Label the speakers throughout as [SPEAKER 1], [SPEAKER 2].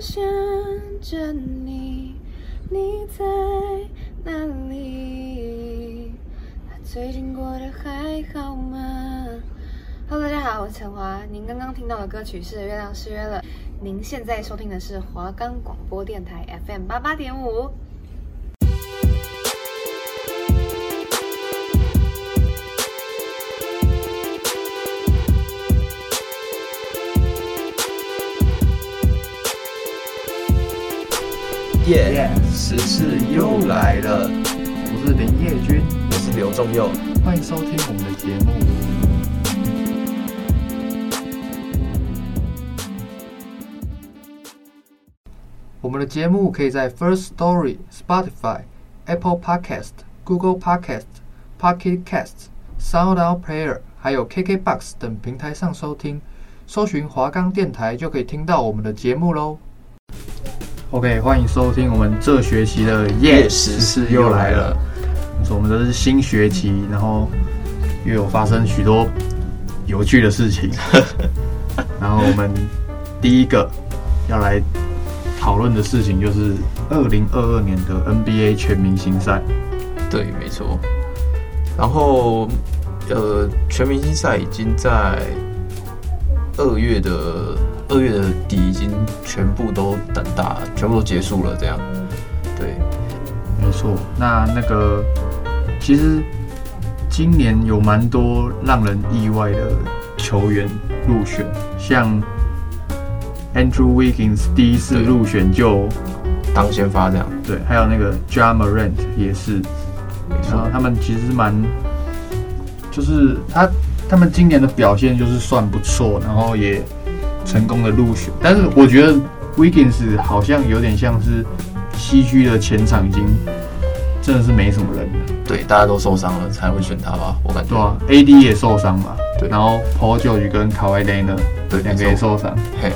[SPEAKER 1] 想着你，你在哪里？啊最近过得还好吗？Hello，大家好，我是陈华。您刚刚听到的歌曲是《月亮失约了》，您现在收听的是华冈广播电台 FM 八八点五。
[SPEAKER 2] 耶！时事又来了，
[SPEAKER 3] 我是林叶君，
[SPEAKER 2] 我是刘仲佑。
[SPEAKER 3] 欢迎收听我们的节目。我们的节目可以在 First Story、Spotify、Apple Podcast、Google Podcast、Pocket Casts、SoundOut Player 还有 KKBox 等平台上收听，搜寻华冈电台就可以听到我们的节目喽。OK，欢迎收听我们这学期的夜
[SPEAKER 2] 夜
[SPEAKER 3] 时
[SPEAKER 2] 时
[SPEAKER 3] 事
[SPEAKER 2] 事
[SPEAKER 3] 又
[SPEAKER 2] 又来
[SPEAKER 3] 来了
[SPEAKER 2] 了。
[SPEAKER 3] 没错我们这是新学期，然后又有发生许多有趣的事情。然后我们第一个要来讨论的事情就是二零二二年的 NBA 全明星赛。
[SPEAKER 2] 对，没错。然后，呃，全明星赛已经在二月的二月的底已经全部都等大，全部都结束了，这样。对，
[SPEAKER 3] 没错，那那个其实今年有蛮多让人意外的球员入选，像 Andrew Wiggins 第一次
[SPEAKER 2] 对
[SPEAKER 3] 入选就
[SPEAKER 2] 当先发这样。
[SPEAKER 3] 对，还有那个 Ja Morant 也是，
[SPEAKER 2] 没
[SPEAKER 3] 然后
[SPEAKER 2] 错，
[SPEAKER 3] 他们其实蛮，就是他他们今年的表现就是算不错，然后也成功的入选，但是我觉得 Wiggins 好像有点像是西区的前场已经真的是没什么人了。
[SPEAKER 2] 对，大家都受伤了才会选他吧，我感觉。
[SPEAKER 3] 对啊，AD 也受伤嘛，
[SPEAKER 2] 对
[SPEAKER 3] 然后 Paul George 跟 Kawhi Leonard
[SPEAKER 2] 对
[SPEAKER 3] 两个
[SPEAKER 2] 没
[SPEAKER 3] 也
[SPEAKER 2] 错
[SPEAKER 3] 受伤，
[SPEAKER 2] 嘿，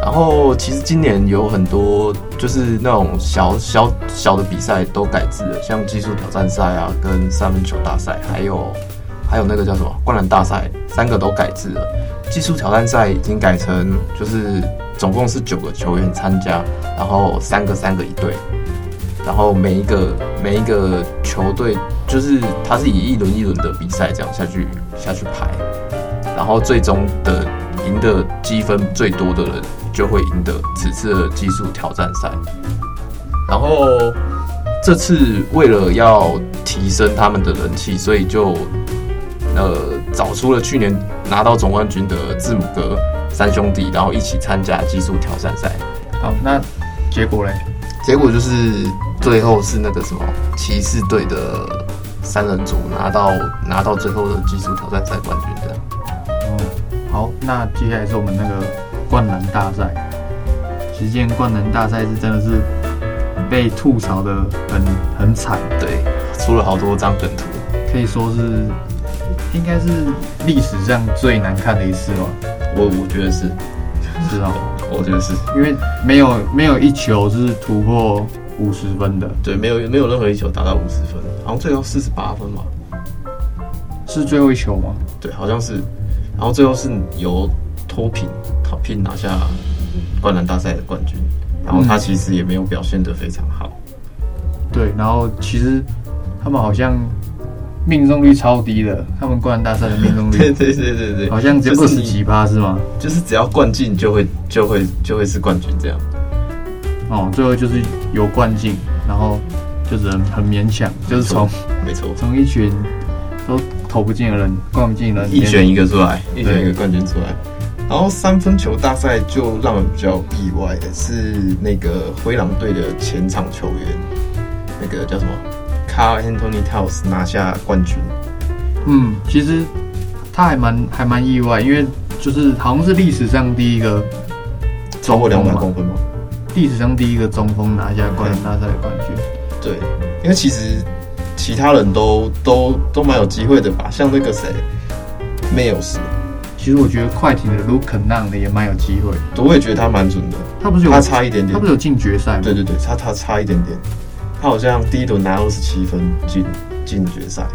[SPEAKER 2] 然后其实今年有很多就是那种小小小的比赛都改制了，像技术挑战赛啊，跟三分球大赛，还有还有那个叫什么灌篮大赛，三个都改制了。技术挑战赛已经改成就是总共是九个球员参加，然后三个三个一队，然后每一个每一个球队就是它是以一轮一轮的比赛这样下去下去排。然后最终的赢得积分最多的人就会赢得此次的技术挑战赛。然后这次为了要提升他们的人气，所以就呃找出了去年拿到总冠军的字母哥三兄弟，然后一起参加技术挑战赛。
[SPEAKER 3] 好，那结果嘞？
[SPEAKER 2] 结果就是最后是那个什么骑士队的三人组拿到拿到最后的技术挑战赛冠军这样。嗯
[SPEAKER 3] 哦，好，那接下来是我们那个灌篮大赛。其实今天灌篮大赛是真的是被吐槽的很很惨，
[SPEAKER 2] 对，出了好多张梗图。
[SPEAKER 3] 可以说是应该是历史上最难看的一次吧，
[SPEAKER 2] 我我觉得是，嗯
[SPEAKER 3] 是哦，
[SPEAKER 2] 我觉得是
[SPEAKER 3] 因为没有没有一球是突破五十分的，
[SPEAKER 2] 对，没有没有任何一球达到五十分，好像最后四十八分吧，
[SPEAKER 3] 是最后一球吗？
[SPEAKER 2] 对，好像是，然后最后是由脱贫好拼拿下灌篮大赛的冠军，然后
[SPEAKER 3] 嗯
[SPEAKER 2] 他其实也没有表现得非常好，
[SPEAKER 3] 对，然后其实他们好像命中率超低的，他们灌篮大赛的命中
[SPEAKER 2] 对
[SPEAKER 3] 率
[SPEAKER 2] 对对对对，
[SPEAKER 3] 好像只有
[SPEAKER 2] 就
[SPEAKER 3] 二
[SPEAKER 2] 是
[SPEAKER 3] 十
[SPEAKER 2] 你
[SPEAKER 3] 几趴是吗？
[SPEAKER 2] 就是只要灌进就会就会就会是冠军这样，
[SPEAKER 3] 哦，最后就是有灌进，然后就只能很勉强，就是从
[SPEAKER 2] 没错，
[SPEAKER 3] 从一群都投不进的人、灌不进的人里
[SPEAKER 2] 一
[SPEAKER 3] 面，
[SPEAKER 2] 选一个出来，一选一个冠军出来。然后三分球大赛就让人比较意外的是，那个灰狼队的前场球员，那个叫什么 Carl Anthony Towns 拿下冠军。
[SPEAKER 3] 嗯，其实他还蛮还蛮意外，因为就是好像是历史上第一个
[SPEAKER 2] 超过两百
[SPEAKER 3] 嘛
[SPEAKER 2] 公分吗？
[SPEAKER 3] 历史上第一个中锋拿下灌篮大赛的冠军。
[SPEAKER 2] 对，因为其实其他人都都都蛮有机会的吧，像那个谁 m i l s
[SPEAKER 3] 其实我觉得快艇的卢肯让的也蛮有机会，
[SPEAKER 2] 我也觉得他蛮准的。
[SPEAKER 3] 他不是有
[SPEAKER 2] 他差一点点
[SPEAKER 3] 他不是有进决赛吗？
[SPEAKER 2] 对对对，他他差一点点，他好像第一轮拿二十七分进进决赛，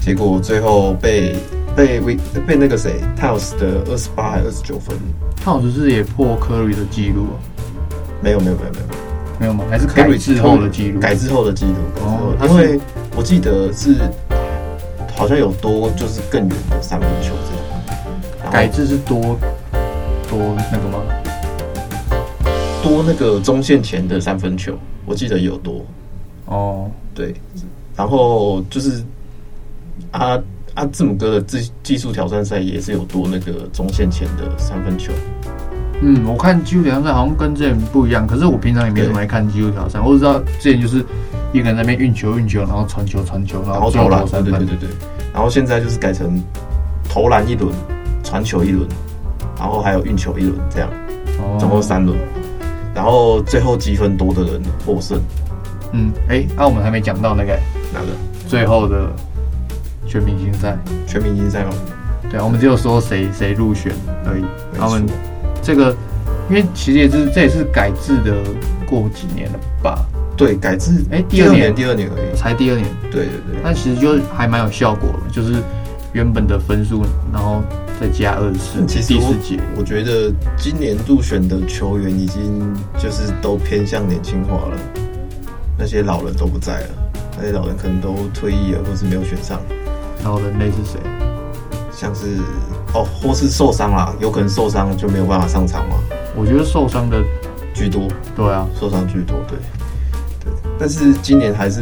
[SPEAKER 2] 结果最后被被维被那个谁 t i l e s 的二十八还二十九分，
[SPEAKER 3] 他好像是也破科瑞的记录啊，
[SPEAKER 2] 没有没有没有没有，
[SPEAKER 3] 没有吗？还是哦
[SPEAKER 2] 改
[SPEAKER 3] 改制后的记录？
[SPEAKER 2] 改制后的记录，改制后
[SPEAKER 3] 哦
[SPEAKER 2] 的
[SPEAKER 3] 它
[SPEAKER 2] 因
[SPEAKER 3] 是
[SPEAKER 2] 为我记得是好像有多就是更远的三分球这样，
[SPEAKER 3] 改
[SPEAKER 2] 然后
[SPEAKER 3] 制是多多那个吗？
[SPEAKER 2] 多那个中线前的三分球，我记得有多
[SPEAKER 3] 哦，
[SPEAKER 2] 对，然后就是啊啊字母哥的技技术挑战赛也是有多那个中线前的三分球，
[SPEAKER 3] 嗯，我看技术挑战好像跟之前不一样，可是我平常也没什么爱看技术挑战，我只知道之前就是一个人在那边运球运球，然后传球传球，然
[SPEAKER 2] 然
[SPEAKER 3] 后
[SPEAKER 2] 后
[SPEAKER 3] 最
[SPEAKER 2] 投
[SPEAKER 3] 后
[SPEAKER 2] 篮
[SPEAKER 3] 投，三
[SPEAKER 2] 对对
[SPEAKER 3] 分
[SPEAKER 2] 对。对，然后现在就是改成投篮一轮，传球一轮，然后还有运球一轮这样。
[SPEAKER 3] 哦
[SPEAKER 2] 总共三轮，然后最后积分多的人获胜。
[SPEAKER 3] 嗯，哎，那我们还没讲到那个
[SPEAKER 2] 哪个？
[SPEAKER 3] 最后的全明星赛，
[SPEAKER 2] 全明星赛吗？
[SPEAKER 3] 对啊，我们只有说谁谁入选而已。
[SPEAKER 2] 没错
[SPEAKER 3] 他们这个，因为其实也是这也是改制的过几年了吧，
[SPEAKER 2] 对，改制
[SPEAKER 3] 哎第
[SPEAKER 2] 第
[SPEAKER 3] 二
[SPEAKER 2] 二
[SPEAKER 3] 年
[SPEAKER 2] 年第二年而已。
[SPEAKER 3] 才第二年，
[SPEAKER 2] 对对对，
[SPEAKER 3] 但其实就还蛮有效果的，就是原本的分数，然后再加二十四，
[SPEAKER 2] 嗯其实
[SPEAKER 3] 第
[SPEAKER 2] 我
[SPEAKER 3] 四节。
[SPEAKER 2] 我觉得今年入选的球员已经就是都偏向年轻化了，那些老人都不在了，那些老人可能都退役了，或是没有选上，
[SPEAKER 3] 然后人类是谁？
[SPEAKER 2] 像是哦，或是受伤啦，有可能受伤就没有办法上场嘛，
[SPEAKER 3] 我觉得受伤的，
[SPEAKER 2] 居多。
[SPEAKER 3] 对啊，
[SPEAKER 2] 受伤居多，对对。但是今年还是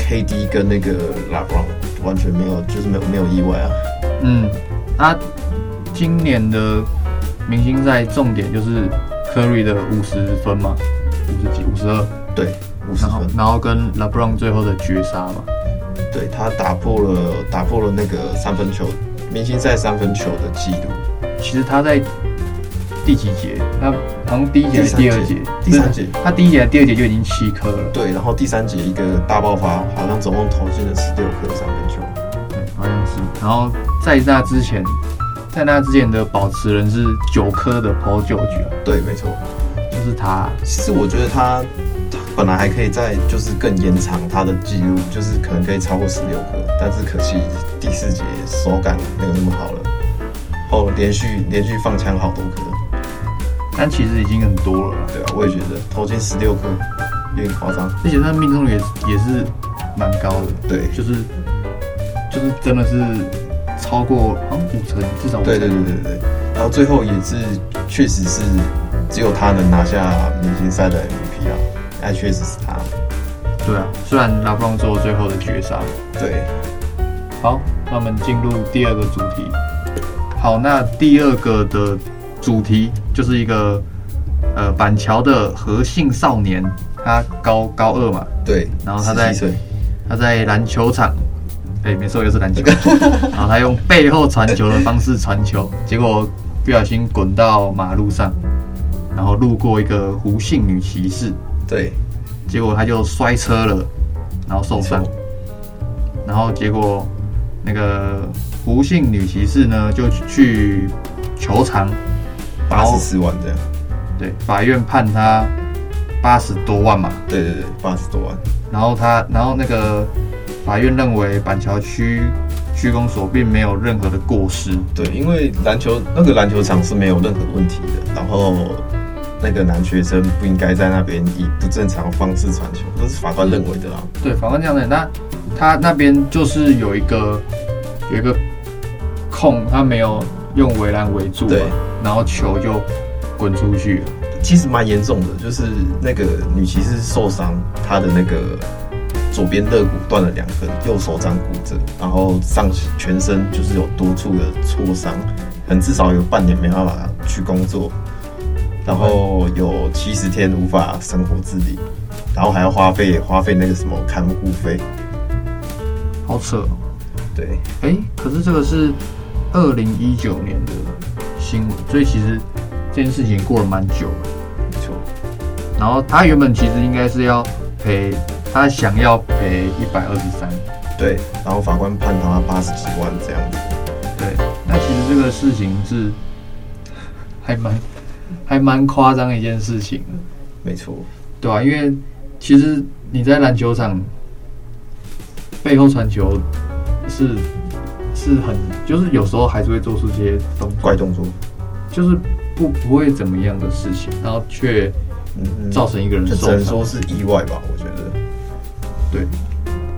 [SPEAKER 2] KD 跟那个 LeBron 完全没有，就是没有没有意外啊。
[SPEAKER 3] 嗯，啊，今年的明星赛重点就是 Curry 的五十分嘛，五十几，五十二，
[SPEAKER 2] 对，五十
[SPEAKER 3] 然后
[SPEAKER 2] 分，
[SPEAKER 3] 然后跟 LeBron 最后的绝杀嘛，
[SPEAKER 2] 对他打破了打破了那个三分球明星赛三分球的记录，
[SPEAKER 3] 其实他在第几节？他好像第一节还是第二节？
[SPEAKER 2] 第三节
[SPEAKER 3] 不是他第一节、第二节就已经七颗了，
[SPEAKER 2] 对，然后第三节一个大爆发，好像总共投进了十六颗三分球。
[SPEAKER 3] 对，好像是。然后在那之前，在那之前的保持人是九颗的 Paul George，啊
[SPEAKER 2] 对，没错。
[SPEAKER 3] 就是他。
[SPEAKER 2] 其实我觉得他他本来还可以再就是更延长他的记录，就是可能可以超过十六颗，但是可惜第四节手感没有那么好了，哦，连续连续放枪好多颗，
[SPEAKER 3] 但其实已经很多了啦，
[SPEAKER 2] 对啊，我也觉得投进十六颗有点夸张，
[SPEAKER 3] 而且他命中率也是也是蛮高的，
[SPEAKER 2] 对，
[SPEAKER 3] 就是就是真的是超过好像五成，至少五成。
[SPEAKER 2] 对对对对对，然后最后也是确实是只有他能拿下明星赛的 MVP 啊，那确实是他，
[SPEAKER 3] 对啊！虽然拉布朗做最后的绝杀。
[SPEAKER 2] 对，
[SPEAKER 3] 好，那我们进入第二个主题。好，那第二个的主题就是一个呃板桥的何姓少年，他高高二嘛，
[SPEAKER 2] 对，
[SPEAKER 3] 然后他在
[SPEAKER 2] 17岁
[SPEAKER 3] 他在篮球场，哎、没错，又是篮球，然后他用背后传球的方式传球，结果不小心滚到马路上，然后路过一个胡姓女骑士，
[SPEAKER 2] 对，
[SPEAKER 3] 结果他就摔车了，然后受伤
[SPEAKER 2] 没错，
[SPEAKER 3] 然后结果那个胡姓女骑士呢就去球场，然
[SPEAKER 2] 八
[SPEAKER 3] 后
[SPEAKER 2] 十四万这样，
[SPEAKER 3] 对法院判他八十多万嘛，
[SPEAKER 2] 对对对，八十多万，
[SPEAKER 3] 然后他，然后那个法院认为板桥区区公所并没有任何的过失，
[SPEAKER 2] 对，因为篮球那个篮球场是没有任何问题的，然后那个男学生不应该在那边以不正常的方式传球，这是法官认为的啦。
[SPEAKER 3] 对，法官这样的，那他那边就是有一个有一个空，他没有用围栏围住嘛
[SPEAKER 2] 对，
[SPEAKER 3] 然后球就滚出去了，
[SPEAKER 2] 其实蛮严重的，就是那个女骑士受伤，她的那个左边肋骨断了两根，右手掌骨折，然后上全身就是有多处的挫伤，可能至少有半年没办法去工作，然后有七十天无法生活自理，然后还要花费花费那个什么看护费，
[SPEAKER 3] 好扯、哦。
[SPEAKER 2] 对。
[SPEAKER 3] 哎，可是这个是二零一九年的新闻，所以其实这件事情过了蛮久了。
[SPEAKER 2] 没错，
[SPEAKER 3] 然后他原本其实应该是要赔，他想要赔一百二十三，
[SPEAKER 2] 对，然后法官判他八十几万这样子，
[SPEAKER 3] 对，那其实这个事情是还蛮还蛮夸张的一件事情，
[SPEAKER 2] 没错，
[SPEAKER 3] 对啊吧、因为其实你在篮球场背后传球是是很，就是有时候还是会做出一些动作，
[SPEAKER 2] 怪动作，
[SPEAKER 3] 就是不不会怎么样的事情，然后却
[SPEAKER 2] 嗯
[SPEAKER 3] 造成一个人
[SPEAKER 2] 就只
[SPEAKER 3] 受
[SPEAKER 2] 能
[SPEAKER 3] 伤
[SPEAKER 2] 说。是意外吧，我觉得。
[SPEAKER 3] 对，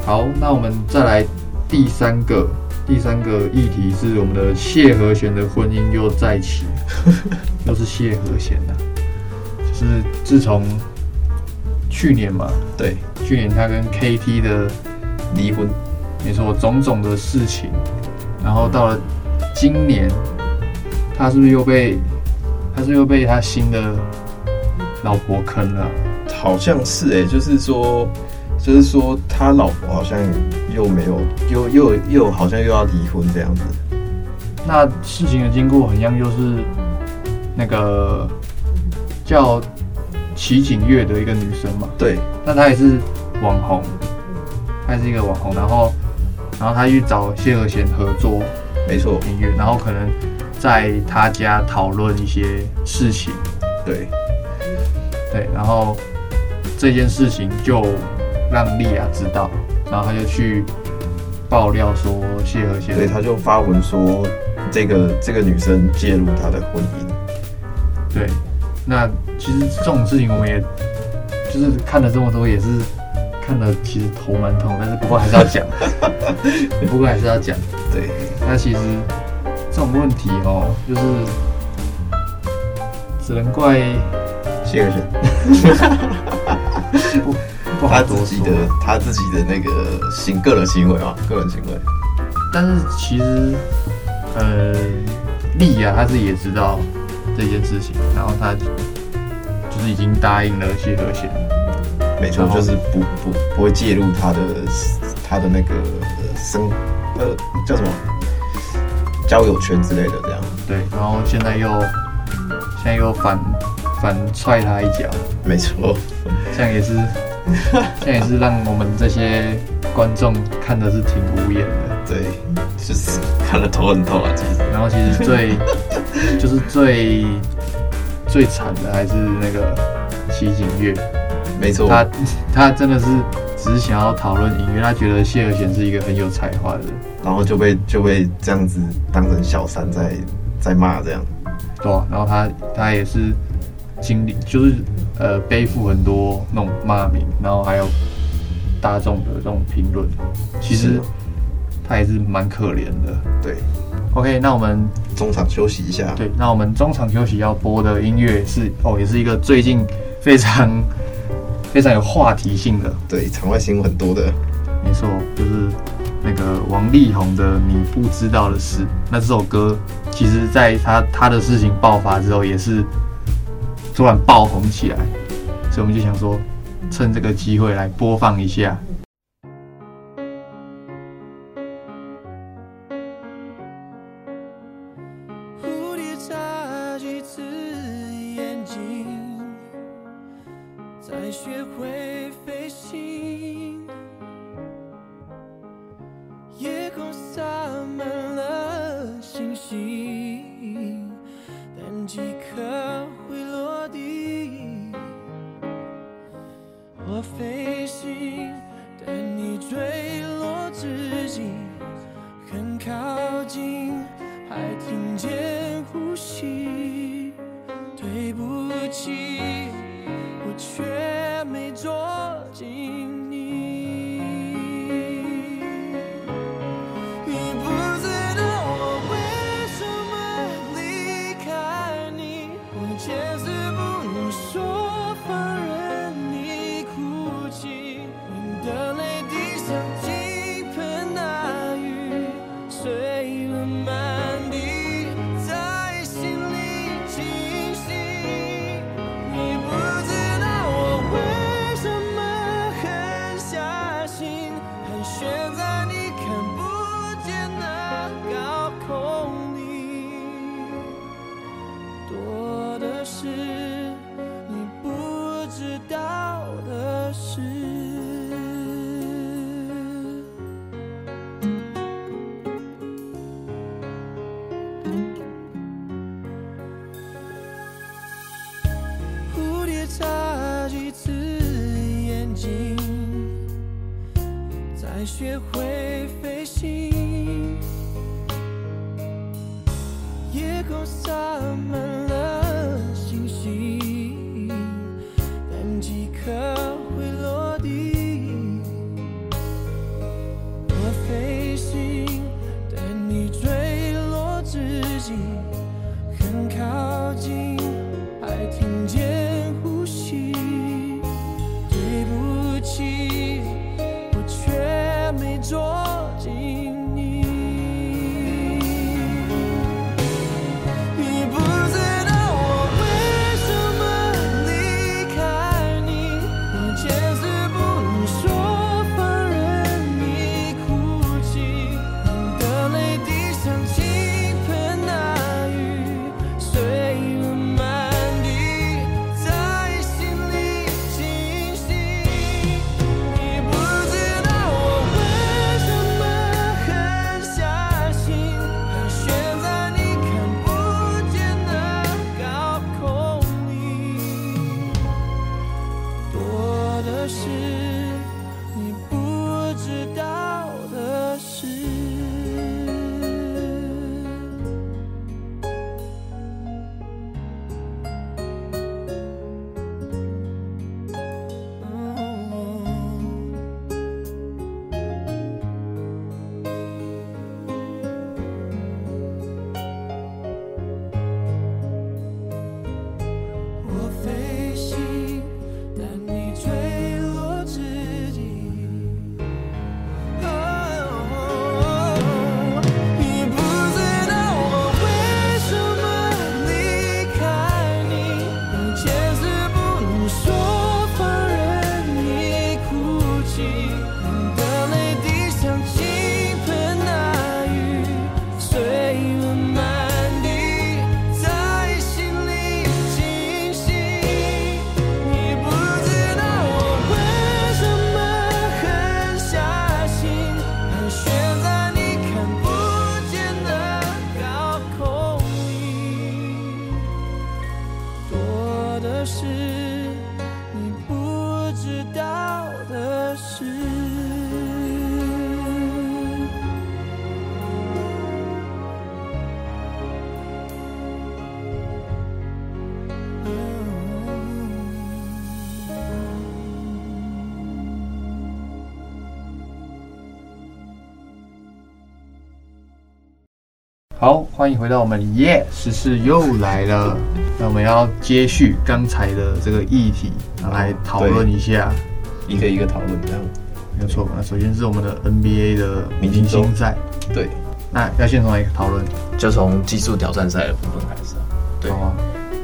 [SPEAKER 3] 好，那我们再来第三个，第三个议题是我们的谢和弦的婚姻又再 起，又是谢和弦呐、就是自从去年嘛，
[SPEAKER 2] 对，
[SPEAKER 3] 去年他跟 KT 的
[SPEAKER 2] 离婚，
[SPEAKER 3] 没错种种的事情，然后到了今年，他是不是又被他是不是又被他新的老婆坑了啊、
[SPEAKER 2] 好像是哎、就是说，就是说他老婆好像又没有，又又又好像又要离婚这样子。
[SPEAKER 3] 那事情的经过很像就是那个叫齐景月的一个女生嘛，
[SPEAKER 2] 对，
[SPEAKER 3] 那她也是网红，她也是一个网红，然后然后她去找谢和弦合作
[SPEAKER 2] 没错，
[SPEAKER 3] 音乐，然后可能在她家讨论一些事情，
[SPEAKER 2] 对，
[SPEAKER 3] 对，然后这件事情就让莉亚知道，然后她就去爆料说谢和弦
[SPEAKER 2] 所以他就发文说，这个这个女生介入他的婚姻。
[SPEAKER 3] 对，那其实这种事情我们也就是看了这么多，也是看了其实头蛮痛，但是不过还是要 讲，不过还是要讲。
[SPEAKER 2] 对，
[SPEAKER 3] 那其实这种问题哦，就是只能怪
[SPEAKER 2] 谢和弦，
[SPEAKER 3] 不不好
[SPEAKER 2] 他
[SPEAKER 3] 多啊
[SPEAKER 2] 自己
[SPEAKER 3] 说
[SPEAKER 2] 的。他自己的那个行个人行为啊，个人行为。
[SPEAKER 3] 但是其实呃，丽亚她自己也知道这件事情，然后她就是已经答应了谢和弦。
[SPEAKER 2] 没错
[SPEAKER 3] 然，后
[SPEAKER 2] 就是不不不会介入他的他的那个呃生呃叫什么交友圈之类的这样。
[SPEAKER 3] 对，然后现在又现在又反反踹他一脚，
[SPEAKER 2] 没错，
[SPEAKER 3] 这样也是 这样也是让我们这些观众看的是挺无言的。
[SPEAKER 2] 对，就是看了头很痛啊，其实。
[SPEAKER 3] 然后其实最就是最最惨的还是那个齐景月，
[SPEAKER 2] 没错，
[SPEAKER 3] 他 他真的是只是想要讨论音乐，他觉得谢和弦是一个很有才华的人，
[SPEAKER 2] 然后就被就被这样子当成小三在在骂这样。
[SPEAKER 3] 对啊、然后他他也是经历，就是呃背负很多那种骂名，然后还有大众的这种评论，其
[SPEAKER 2] 是
[SPEAKER 3] 实
[SPEAKER 2] 啊
[SPEAKER 3] 他也是蛮可怜的。
[SPEAKER 2] 对，
[SPEAKER 3] OK，那我们
[SPEAKER 2] 中场休息一下。
[SPEAKER 3] 对，那我们中场休息要播的音乐是哦，也是一个最近非常非常有话题性的，
[SPEAKER 2] 对，场外新闻很多的。
[SPEAKER 3] 没错，就是那个王力宏的《你不知道的事》。那这首歌，其实在他他的事情爆发之后，也是突然爆红起来，所以我们就想说，趁这个机会来播放一下。
[SPEAKER 4] 蝴蝶眨几次眼睛，才学会飞行。夜空洒满了星星，但几颗会落地。我飞行，但你坠落至今。很靠近，还听见呼吸。对不起，我却没捉紧你。你不知道我为什么离开你，我坚持不能说放任你哭泣，你的泪滴像倾盆大雨，碎了满地，在心里清晰。你不知道我为什么狠下心，盘旋在你看不见的高空里，多的是你不知道的事。蝴蝶眨几次眼睛，才学会飞行。夜空洒满了星星，是你不知道的事。
[SPEAKER 3] 好，欢迎回到我们耶，时事又来了。那我们要接续刚才的这个议题，然后来讨论一下。
[SPEAKER 5] 一个一个讨论这样。
[SPEAKER 3] 没有错，那首先是我们的 NBA 的
[SPEAKER 5] 明
[SPEAKER 3] 明
[SPEAKER 5] 星
[SPEAKER 3] 星
[SPEAKER 5] 周
[SPEAKER 3] 赛，
[SPEAKER 5] 对，
[SPEAKER 3] 那要先从哪一个讨论？
[SPEAKER 2] 就从技术挑战赛的部分开始啊。对
[SPEAKER 3] 好啊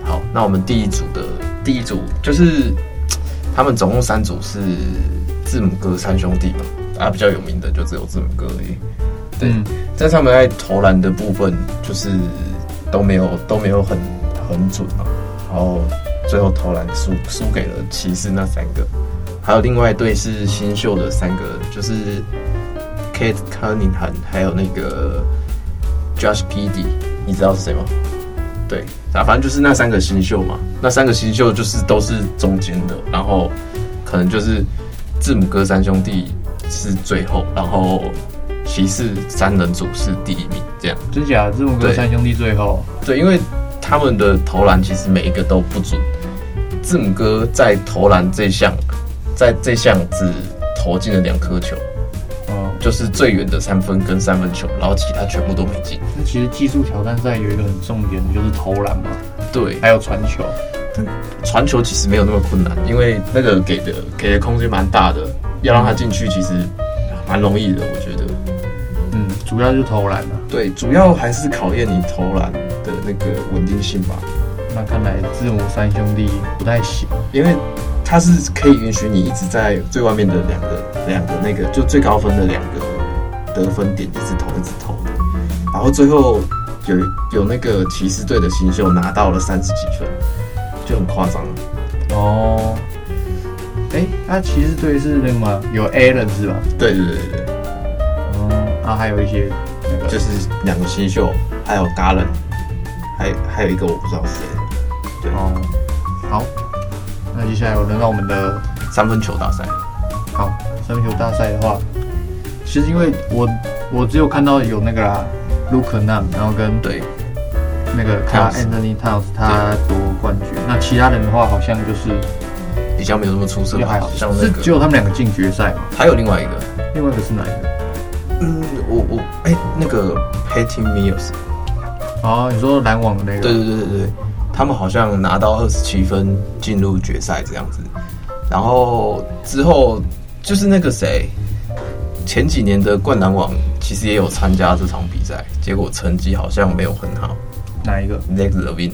[SPEAKER 2] 好，那我们第一组的第一组就是他们总共三组是字母哥三兄弟嘛，啊，比较有名的就只有字母哥而已。对，
[SPEAKER 3] 嗯
[SPEAKER 2] 但是他们在投篮的部分就是都没有都没有很很准嘛，然后最后投篮输输给了骑士那三个，还有另外一队是新秀的三个，就是 Kate Cunningham 还有那个 Josh Giddy，你知道是谁吗？对，啊，反正就是那三个新秀嘛，那三个新秀就是都是中间的，然后可能就是字母哥三兄弟是最后，然后骑士三人组是第一名这样。
[SPEAKER 3] 真假？字母哥
[SPEAKER 2] 对
[SPEAKER 3] 三兄弟最后，
[SPEAKER 2] 对，因为他们的投篮其实每一个都不准。字母哥在投篮这项，在这项只投进了两颗球，
[SPEAKER 3] 嗯，
[SPEAKER 2] 就是最远的三分跟三分球，然后其他全部都没进。
[SPEAKER 3] 那其实技术挑战赛有一个很重点的就是投篮嘛，
[SPEAKER 2] 对，
[SPEAKER 3] 还有传球。
[SPEAKER 2] 传球其实没有那么困难，因为那个给的给的空间蛮大的，要让他进去其实蛮容易的，我觉得。
[SPEAKER 3] 嗯，主要就是投篮嘛。啊
[SPEAKER 2] 对，主要还是考验你投篮的那个稳定性吧，
[SPEAKER 3] 那看来字母三兄弟不太行。
[SPEAKER 2] 因为它是可以允许你一直在最外面的两个两个那个就最高分的两个得分点一直投一直投的，然后最后有有那个骑士队的新秀拿到了三十几分，就很夸张了。
[SPEAKER 3] 哦，哎、那骑士队是那个吗？有 Allen 是吧？
[SPEAKER 2] 对对对对对，
[SPEAKER 3] 嗯，啊，还有一些那个，
[SPEAKER 5] 就是两个新秀，还有 g a r l a n 还还有一个我不知道是谁。
[SPEAKER 3] 哦，好，那接下来我轮到我们的
[SPEAKER 2] 三分球大赛，
[SPEAKER 3] 好三分球大赛的话，其实因为我我只有看到有那个啦 l u k e n a m 然后跟
[SPEAKER 2] 对，
[SPEAKER 3] 那个他
[SPEAKER 2] Towns
[SPEAKER 3] Anthony Towns 他夺冠军，那其他人的话好像就是
[SPEAKER 2] 比较没有那么出色
[SPEAKER 3] 就
[SPEAKER 2] 吧，
[SPEAKER 3] 还好
[SPEAKER 2] 好，像那
[SPEAKER 3] 是只
[SPEAKER 2] 个
[SPEAKER 3] 有他们两个进决赛嘛，
[SPEAKER 2] 还有另外一个。
[SPEAKER 3] 另外一个是哪一个？
[SPEAKER 2] 嗯，我我哎、那个 Patty Mills，
[SPEAKER 3] 哦，你说篮网的那个？
[SPEAKER 2] 对对对对对，他们好像拿到二十七分进入决赛这样子，然后之后就是那个谁，前几年的灌篮网其实也有参加这场比赛，结果成绩好像没有很好。
[SPEAKER 3] 哪一个？
[SPEAKER 2] Next Levin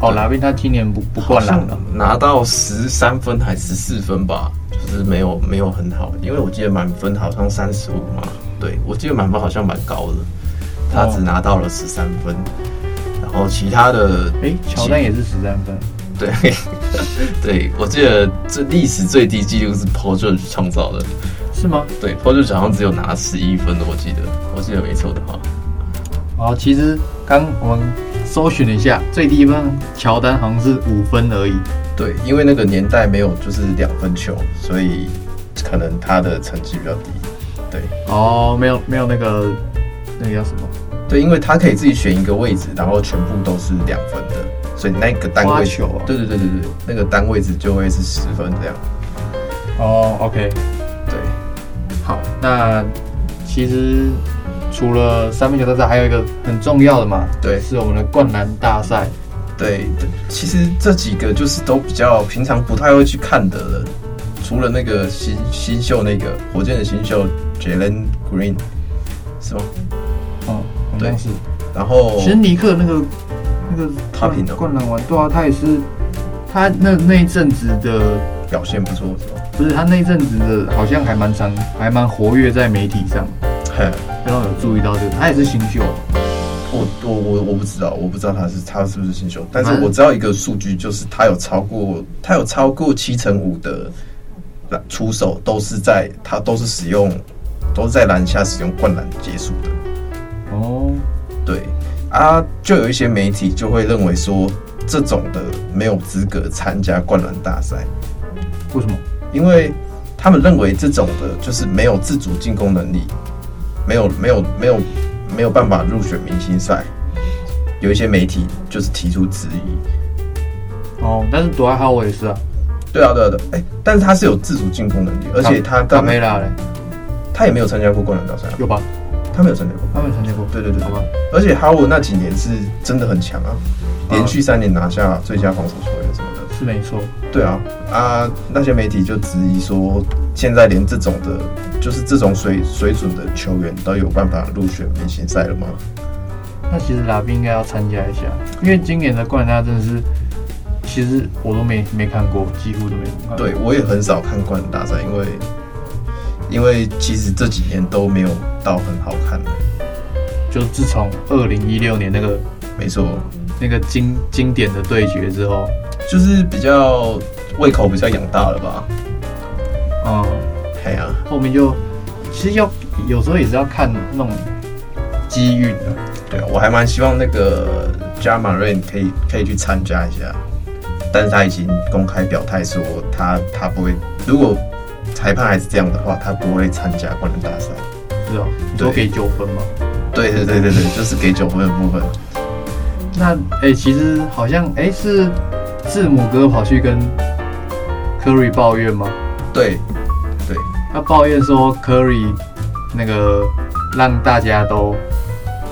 [SPEAKER 3] 哦，拉宾他今年不不灌篮了。
[SPEAKER 2] 拿到十三分还十四分吧，就是没有没有很好，因为我记得满分好像三十五嘛，对我记得满分好像蛮高的，他只拿到了十三分，然后其他的
[SPEAKER 3] 哎、乔丹也是十三分，
[SPEAKER 2] 对， 对我记得这历史最低纪录是 Paul George 创造的，
[SPEAKER 3] 是吗？
[SPEAKER 2] 对 Paul George 好像只有拿十一分的，我记得我记得没错的话，
[SPEAKER 3] 哦，其实刚我们搜寻了一下，最低分乔丹好像是五分而已。
[SPEAKER 2] 对，因为那个年代没有就是两分球，所以可能他的成绩比较低。
[SPEAKER 3] 哦，没有没有那个那个叫什么？
[SPEAKER 2] 对，因为他可以自己选一个位置，然后全部都是两分的，所以那个单
[SPEAKER 3] 花
[SPEAKER 2] 位
[SPEAKER 3] 球啊
[SPEAKER 2] 对对对对对，那个单位置就会是十分这样。
[SPEAKER 3] 哦，OK，
[SPEAKER 2] 对，
[SPEAKER 3] 好，那其实除了三分球大赛，还有一个很重要的嘛，
[SPEAKER 2] 对
[SPEAKER 3] 是我们的灌篮大赛。
[SPEAKER 2] 对，其实这几个就是都比较平常不太会去看的了，除了那个新新秀那个火箭的新秀 Jalen Green 是吗？
[SPEAKER 3] 嗯，好像是。
[SPEAKER 2] 然后
[SPEAKER 3] 其实尼克那个那个
[SPEAKER 2] 哦他平了
[SPEAKER 3] 灌灌篮完，对啊，他也是他那那一阵子的
[SPEAKER 2] 表现不错是吧？
[SPEAKER 3] 不是他那一阵子的，好像还蛮常，还蛮活跃在媒体上，
[SPEAKER 2] 嘿，
[SPEAKER 3] 让我有注意到这个。他也是新秀，
[SPEAKER 2] 我我我我不知道，我不知道他是他是不是新秀，但是
[SPEAKER 3] 反正
[SPEAKER 2] 我知道一个数据，就是他有超过他有超过七成五的篮出手都是在他都是使用都是在篮下使用灌篮结束的。
[SPEAKER 3] 哦，
[SPEAKER 2] 对啊，就有一些媒体就会认为说，这种的没有资格参加灌篮大赛，
[SPEAKER 3] 为什么？
[SPEAKER 2] 因为他们认为这种的就是没有自主进攻能力，没有没有没有没有办法入选明星赛。有一些媒体就是提出质疑，
[SPEAKER 3] 哦，但是朵爱哈维也是啊，
[SPEAKER 2] 对啊对啊对啊，哎、但是他是有自主进攻能力，而且他
[SPEAKER 3] 卡
[SPEAKER 2] 刚
[SPEAKER 3] 梅拉嘞，
[SPEAKER 2] 他也没有参加过灌篮大赛啊，
[SPEAKER 3] 有吧？
[SPEAKER 2] 他没有参加过。
[SPEAKER 3] 他们参加过，
[SPEAKER 2] 对对对
[SPEAKER 3] 好吧？
[SPEAKER 2] 而且哈文那几年是真的很强啊，连续三年拿下最佳防守球员什么的。
[SPEAKER 3] 是没错，
[SPEAKER 2] 对啊，啊，那些媒体就质疑说，现在连这种的，就是这种水水准的球员都有办法入选明星赛了吗？
[SPEAKER 3] 那其实拉比应该要参加一下，因为今年的冠大真的是，其实我都没没看过，几乎都没看过。
[SPEAKER 2] 对，我也很少看冠军大赛，因为因为其实这几年都没有到很好看的。
[SPEAKER 3] 就自从二零一六年那个
[SPEAKER 2] 没错，
[SPEAKER 3] 那个经经典的对决之后，
[SPEAKER 2] 就是比较胃口比较养大了吧？
[SPEAKER 3] 嗯，
[SPEAKER 2] 哎呀、
[SPEAKER 3] 后面就其实要有时候也是要看那种机遇的，
[SPEAKER 2] 对啊，我还蛮希望那个加马瑞可以可以去参加一下，但是他已经公开表态说他他不会，如果裁判还是这样的话，他不会参加冠军大赛。
[SPEAKER 3] 是哦，你说
[SPEAKER 2] 对
[SPEAKER 3] 给九分吗？
[SPEAKER 2] 对对对对对，就是给九分的部分。
[SPEAKER 3] 那哎、诶其实好像哎、诶是字母哥跑去跟 Curry 抱怨吗？
[SPEAKER 2] 对对，
[SPEAKER 3] 他抱怨说 Curry 那个让大家都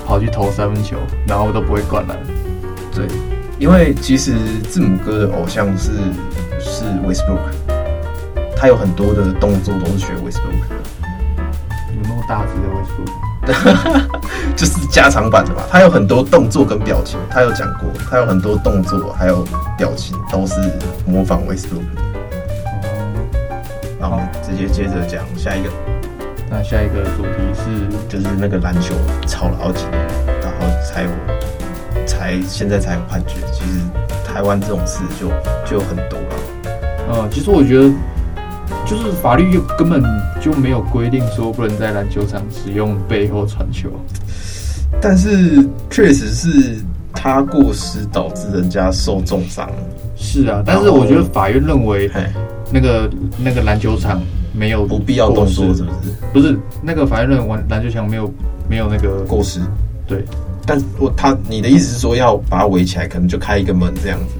[SPEAKER 3] 跑去投三分球，然后都不会灌篮。
[SPEAKER 2] 对，因为其实字母哥的偶像是是 Westbrook，他有很多的动作都是学 Westbrook 的，
[SPEAKER 3] 有那么大只的位数？
[SPEAKER 2] 就是加长版的嘛。他有很多动作跟表情，他有讲过，他有很多动作还有表情都是模仿 Westbrook 的。
[SPEAKER 3] 哦，
[SPEAKER 2] 那我们直接接着讲下一个，
[SPEAKER 3] 那下一个主题是
[SPEAKER 2] 就是那个篮球吵了好几年，然后才有才现在才有判决。其实台湾这种事就就很多了，
[SPEAKER 3] 呃，其实我觉得就是法律根本就没有规定说不能在篮球场使用背后传球。
[SPEAKER 2] 但是确实是他过失导致人家受重伤。
[SPEAKER 3] 是啊，但是我觉得法院认为
[SPEAKER 2] 嘿，
[SPEAKER 3] 那个那个篮球场没有
[SPEAKER 2] 不必要动作
[SPEAKER 3] 过
[SPEAKER 2] 是
[SPEAKER 3] 失
[SPEAKER 2] 不是？
[SPEAKER 3] 不是那个法院认为玩篮球场没有没有那个
[SPEAKER 2] 过失。
[SPEAKER 3] 对
[SPEAKER 2] 但我他你的意思是说要把它围起来，可能就开一个门这样子。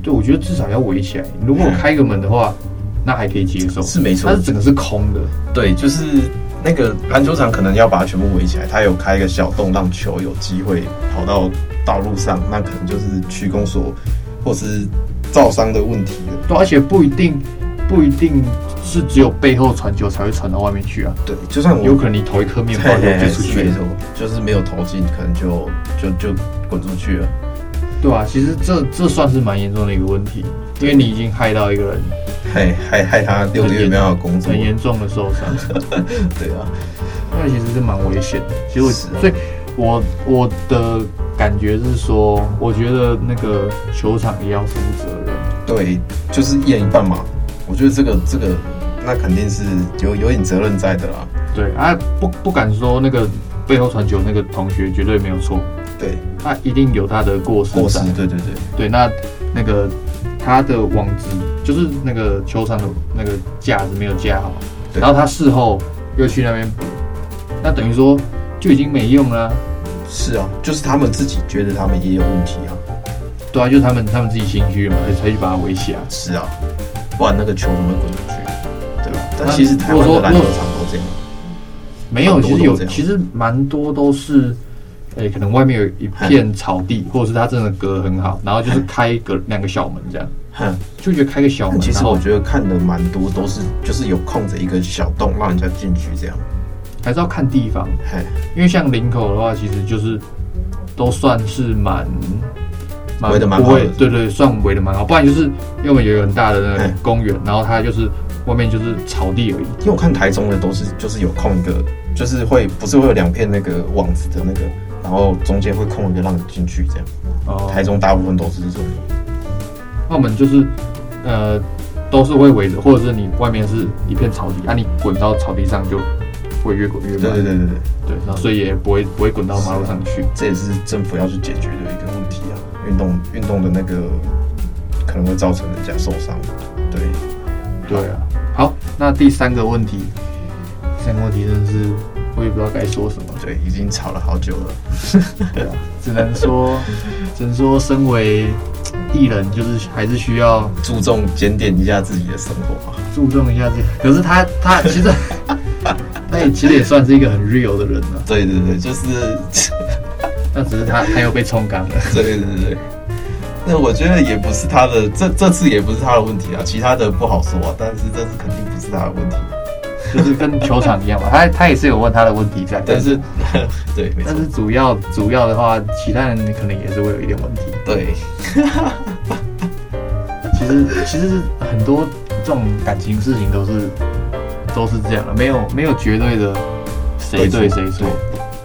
[SPEAKER 3] 对，我觉得至少要围起来。如果开个门的话，那还可以接受，
[SPEAKER 2] 嗯是没错
[SPEAKER 3] 但是整个是空的，
[SPEAKER 2] 对，就是那个篮球场可能要把它全部围起来，它有开一个小洞，让球有机会跑到道路上，那可能就是区公所或是造伤的问题了。
[SPEAKER 3] 对，而且不一定不一定是只有背后传球才会传到外面去啊，
[SPEAKER 2] 对，就算我
[SPEAKER 3] 有可能你投一颗面包就
[SPEAKER 2] 对
[SPEAKER 3] 飞
[SPEAKER 2] 是
[SPEAKER 3] 出
[SPEAKER 2] 嗯
[SPEAKER 3] 去
[SPEAKER 2] 没
[SPEAKER 3] 了
[SPEAKER 2] 错，，就是没有投进，可能就就就滚出去了。
[SPEAKER 3] 对啊，其实这这算是蛮严重的一个问题，因为你已经害到一个人
[SPEAKER 2] 害害害他六个月没有好工作
[SPEAKER 3] 很，严重的 受伤，
[SPEAKER 2] 对啊，
[SPEAKER 3] 那其实是蛮危险的。其实我
[SPEAKER 2] 是啊
[SPEAKER 3] 所以我我的感觉是说，我觉得那个球场也要负责任。
[SPEAKER 2] 对，就是一人一半嘛。我觉得这个这个，那肯定是有有点责任在的啦。
[SPEAKER 3] 对啊，不不敢说那个背后传球那个同学绝对没有错，
[SPEAKER 2] 对，
[SPEAKER 3] 他一定有他的过失
[SPEAKER 2] 过失
[SPEAKER 3] 在。，
[SPEAKER 2] 对对对，
[SPEAKER 3] 对，那那个他的网址就是那个球场的那个架子没有架好，
[SPEAKER 2] 对
[SPEAKER 3] 然后他事后又去那边补，那等于说就已经没用了啊、
[SPEAKER 2] 是啊，就是他们自己觉得他们也有问题啊。
[SPEAKER 3] 对啊，就他们他们自己心虚嘛，才才去把它围起来。
[SPEAKER 2] 是啊，不然那个球怎么会滚出去？对吧？但
[SPEAKER 3] 那
[SPEAKER 2] 其实台湾的篮球场都这样，
[SPEAKER 3] 没有，
[SPEAKER 2] 蛮多
[SPEAKER 3] 其实
[SPEAKER 2] 都
[SPEAKER 3] 有
[SPEAKER 2] 这，样
[SPEAKER 3] 其实蛮多都是，诶、可能外面有一片草地，或者是他真的隔很好，然后就是开一个两个小门这样，
[SPEAKER 2] 哼。
[SPEAKER 3] 就觉得开个小门
[SPEAKER 2] 但，其
[SPEAKER 3] 然
[SPEAKER 2] 实
[SPEAKER 3] 后
[SPEAKER 2] 嗯我觉得看的蛮多都是就是有空着一个小洞让人家进去这样。
[SPEAKER 3] 还是要看地方，
[SPEAKER 2] 嘿，
[SPEAKER 3] 因为像林口的话，其实就是都算是蛮蛮
[SPEAKER 2] 围得蛮好
[SPEAKER 3] 不会
[SPEAKER 2] 的
[SPEAKER 3] 对对，算围的蛮好。不然就是因为我们有一个很大的那个
[SPEAKER 2] 嗯
[SPEAKER 3] 公园，然后它就是外面就是草地而已。
[SPEAKER 2] 因为我看台中的都是就是有空一个，就是会不是会有两片那个网子的那个，然后中间会空一个让你进去这样。
[SPEAKER 3] 哦
[SPEAKER 2] 台中大部分都是这种，
[SPEAKER 3] 那我们就是呃都是会围着，或者是你外面是一片草地，啊，你滚到草地上就会越滚越
[SPEAKER 2] 对
[SPEAKER 3] 慢。
[SPEAKER 2] 对对对对，
[SPEAKER 3] 对，然后所以也不会不会滚到马路上去。
[SPEAKER 2] 这也是政府要去解决的一个问题啊。运动运动的那个可能会造成人家受伤。对，
[SPEAKER 3] 对啊。好，那第三个问题，第三个问题真的是我也不知道该说什么。
[SPEAKER 2] 对，已经吵了好久了。
[SPEAKER 3] 对啊，只能说， 只能说，身为艺人，就是还是需要
[SPEAKER 2] 注重检点一下自己的生活啊。
[SPEAKER 3] 注重一下自己。可是他，他其实， 他也其实也算是一个很 real 的人了、
[SPEAKER 2] 对对对，就是，
[SPEAKER 3] 那只是他他又被冲缸了。
[SPEAKER 2] 对对对对。那我觉得也不是他的，这这次也不是他的问题啊，其他的不好说啊，但是这次肯定不是他的问题。啊
[SPEAKER 3] 就是跟球场一样嘛，他他也是有问他的问题在，但
[SPEAKER 2] 但
[SPEAKER 3] 是
[SPEAKER 2] 是， 对，没错
[SPEAKER 3] 但，是主要主要的话，其他人可能也是会有一点问题。
[SPEAKER 2] 对，
[SPEAKER 3] 其实其实是很多这种感情事情都是都是这样的，没有没有绝对的谁对
[SPEAKER 2] 对错
[SPEAKER 3] 谁错，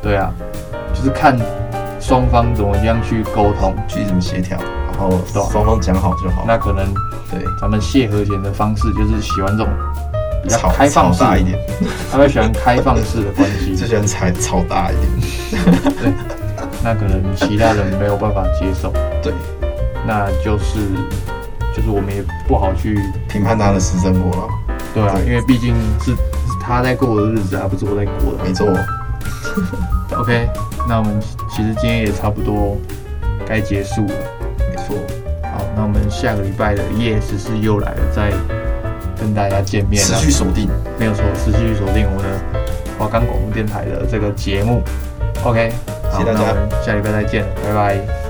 [SPEAKER 3] 对啊，就是看双方怎么样去沟通。
[SPEAKER 2] 去怎么协调，然后
[SPEAKER 3] 对啊
[SPEAKER 2] 双方讲好就好。
[SPEAKER 3] 那可能
[SPEAKER 2] 对，
[SPEAKER 3] 咱们谢和弦的方式就是喜欢这种比较
[SPEAKER 2] 吵
[SPEAKER 3] 开放
[SPEAKER 2] 吵
[SPEAKER 3] 式，
[SPEAKER 2] 大一点，
[SPEAKER 3] 他会喜欢开放式的关 系，
[SPEAKER 2] 就喜欢吵吵大一点。
[SPEAKER 3] 那可能其他人没有办法接受，
[SPEAKER 2] 对，
[SPEAKER 3] 那就是就是我们也不好去
[SPEAKER 2] 评判他的私生活了，
[SPEAKER 3] 对啊，
[SPEAKER 2] 对
[SPEAKER 3] 因为毕竟是是他在过我的日子，而不是我在过的。
[SPEAKER 2] 没错。
[SPEAKER 3] OK，那我们其实今天也差不多该结束了。
[SPEAKER 2] 没错，
[SPEAKER 3] 好，那我们下个礼拜的夜十四又来了，再跟大家见面
[SPEAKER 2] 持
[SPEAKER 3] 了。
[SPEAKER 2] 续锁定，
[SPEAKER 3] 没有错，持续锁定我们的华冈广播电台的这个节目。OK，好，
[SPEAKER 2] 谢谢大家
[SPEAKER 3] 那我们下礼拜再见，拜拜。